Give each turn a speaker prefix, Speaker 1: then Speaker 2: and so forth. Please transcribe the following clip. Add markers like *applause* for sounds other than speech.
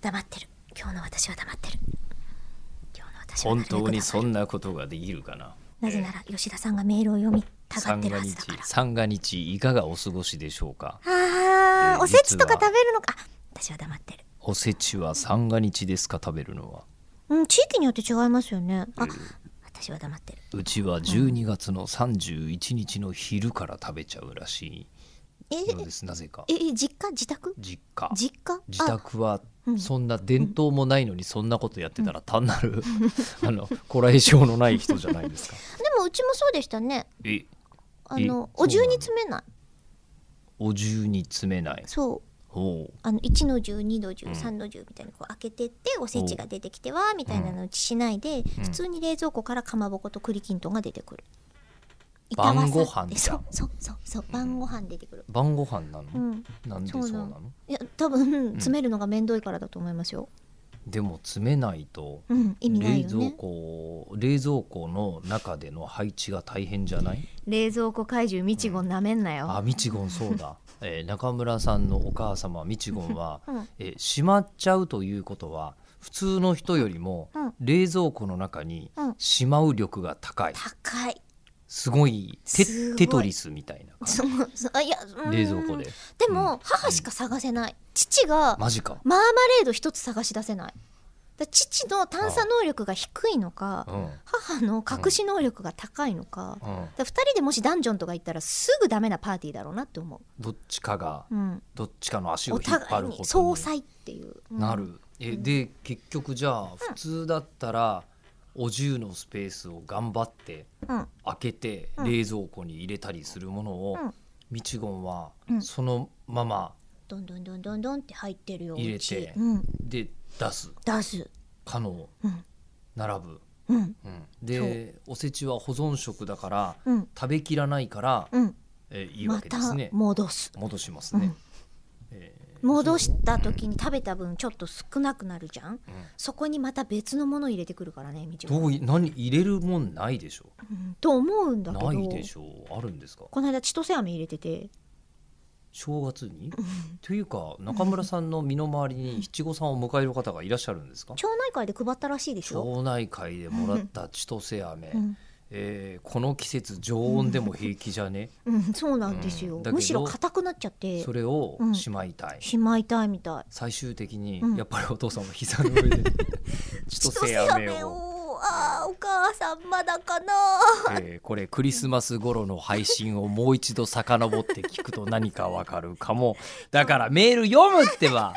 Speaker 1: 黙ってる今日の私は黙ってる今日の私は
Speaker 2: 本当にそ
Speaker 1: なん
Speaker 2: なことができるかな
Speaker 1: なぜなら吉田さんがメールを読みたがっ
Speaker 2: 三
Speaker 1: てる
Speaker 2: が
Speaker 1: は
Speaker 2: 日
Speaker 1: ずだから
Speaker 2: 三が日いかがお過ごしでしょうか
Speaker 1: あ
Speaker 2: え
Speaker 1: ー
Speaker 2: ー
Speaker 1: おせちとか
Speaker 2: 実は
Speaker 1: 食べるのかあ私は黙ってる
Speaker 2: おせちは三が日ですか食べるのは
Speaker 1: うん地域によって違いますよねあ、私は黙ってる
Speaker 2: うちは12月の31日の昼から食べちゃうらし
Speaker 1: え
Speaker 2: いのですなぜか
Speaker 1: ええ実家自宅
Speaker 2: 実家
Speaker 1: 実家
Speaker 2: 自
Speaker 1: あ
Speaker 2: 宅は
Speaker 1: うん
Speaker 2: そんな伝統もないのにそんなことやってたら単な
Speaker 1: *laughs*
Speaker 2: るあのこらえ性のない人じゃないですか。
Speaker 1: でもうちもそうでしたね
Speaker 2: え
Speaker 1: あの
Speaker 2: え
Speaker 1: お重
Speaker 2: そうなの
Speaker 1: に詰めない
Speaker 2: お重に詰めない
Speaker 1: そう
Speaker 2: ほう
Speaker 1: あの1の10、2の10、
Speaker 2: うん
Speaker 1: 3の10みたいにこう開けてっておせちが出てきてはみたいなのうちしないで、普通に冷蔵庫からかまぼこと栗きんとんが出てくる。板わさ
Speaker 2: 晩ご飯じゃん
Speaker 1: そうそうそうそう晩ご飯出てくる。
Speaker 2: 晩ご飯なの、
Speaker 1: うん。
Speaker 2: なんでそうなの
Speaker 1: いや多分詰めるのが面倒いからだと思いますよ。
Speaker 2: でも詰めないと
Speaker 1: うん意味ない
Speaker 2: 冷
Speaker 1: よ
Speaker 2: 蔵
Speaker 1: ね。
Speaker 2: 庫、冷蔵庫の中での配置が大変じゃない
Speaker 1: 冷蔵庫怪獣みちごなめんな
Speaker 2: あ
Speaker 1: よ。
Speaker 2: ミチゴンそ
Speaker 1: *laughs*
Speaker 2: うだ、えー中村さんのお母様ミチゴンは、
Speaker 1: うん
Speaker 2: えーしまっちゃうということは普通の人よりも
Speaker 1: うん
Speaker 2: 冷蔵庫の中に
Speaker 1: うん
Speaker 2: しまう力が高い、
Speaker 1: 高い。
Speaker 2: すごいテ
Speaker 1: すごい
Speaker 2: テトリスみたいな
Speaker 1: そのそあいやうん
Speaker 2: 冷蔵庫で
Speaker 1: で
Speaker 2: う
Speaker 1: も母しか探せない。父が
Speaker 2: マジか、
Speaker 1: マーマレード一つ探し出せないだ父の探査能力が低いのか
Speaker 2: うんうん
Speaker 1: 母の隠し能力が高いのか,、だ2人でもしダンジョンとか行ったらすぐダメなパーティーだろうなって思
Speaker 2: どっちかが
Speaker 1: う、うん、
Speaker 2: どっちかの足を
Speaker 1: お
Speaker 2: 引っ張
Speaker 1: 互い
Speaker 2: るほ
Speaker 1: に
Speaker 2: ど
Speaker 1: 総
Speaker 2: に
Speaker 1: 裁っていう、うん
Speaker 2: なる、えで結局じゃあ普通だったら、お重のスペースを頑張って
Speaker 1: うん
Speaker 2: 開けて
Speaker 1: うん
Speaker 2: 冷蔵庫に入れたりするものを、
Speaker 1: うん
Speaker 2: ミチゴンは
Speaker 1: うん
Speaker 2: そのまま
Speaker 1: どんどんどんどんどんって入ってるよ
Speaker 2: 入れ
Speaker 1: うち
Speaker 2: て
Speaker 1: うん、
Speaker 2: で出す
Speaker 1: 出す
Speaker 2: 可能
Speaker 1: うん
Speaker 2: 並ぶ、
Speaker 1: うん
Speaker 2: うんでおせちは保存食だから
Speaker 1: うん
Speaker 2: 食べきらないから、
Speaker 1: うん
Speaker 2: えーいいわ
Speaker 1: ま
Speaker 2: けで
Speaker 1: た
Speaker 2: すね、
Speaker 1: 戻す
Speaker 2: 戻しますね、
Speaker 1: うん
Speaker 2: えー
Speaker 1: 戻した時に食べた分ちょっと少なくなるじゃん
Speaker 2: うん
Speaker 1: そこにまた別のもの入れてくるからねみちご
Speaker 2: どうい何入れるもんないでしょ
Speaker 1: うんと思うんだけど
Speaker 2: ないでしょうあるんですか
Speaker 1: この間千歳飴入れてて
Speaker 2: 正月に *laughs* というか中村さんの身の回りに七五三を迎える方がいらっしゃるんですか
Speaker 1: 町内会で配ったらしいでしょ、
Speaker 2: 町内会でもらった千歳飴、
Speaker 1: うん
Speaker 2: えーこの季節常温でも平気じゃね、
Speaker 1: うん、そうなんですよ、
Speaker 2: うんだけど
Speaker 1: むしろ硬くなっちゃって
Speaker 2: それを
Speaker 1: うん
Speaker 2: しまいたい、
Speaker 1: しまいたいみたい
Speaker 2: 最終的に
Speaker 1: うん
Speaker 2: やっぱりお父さんは膝の上で
Speaker 1: *laughs*
Speaker 2: 千歳飴を、
Speaker 1: ああお母さんまだかな
Speaker 2: えーこれクリスマス頃の配信をもう一度遡って聞くと何かわかるかもだからメール読むってば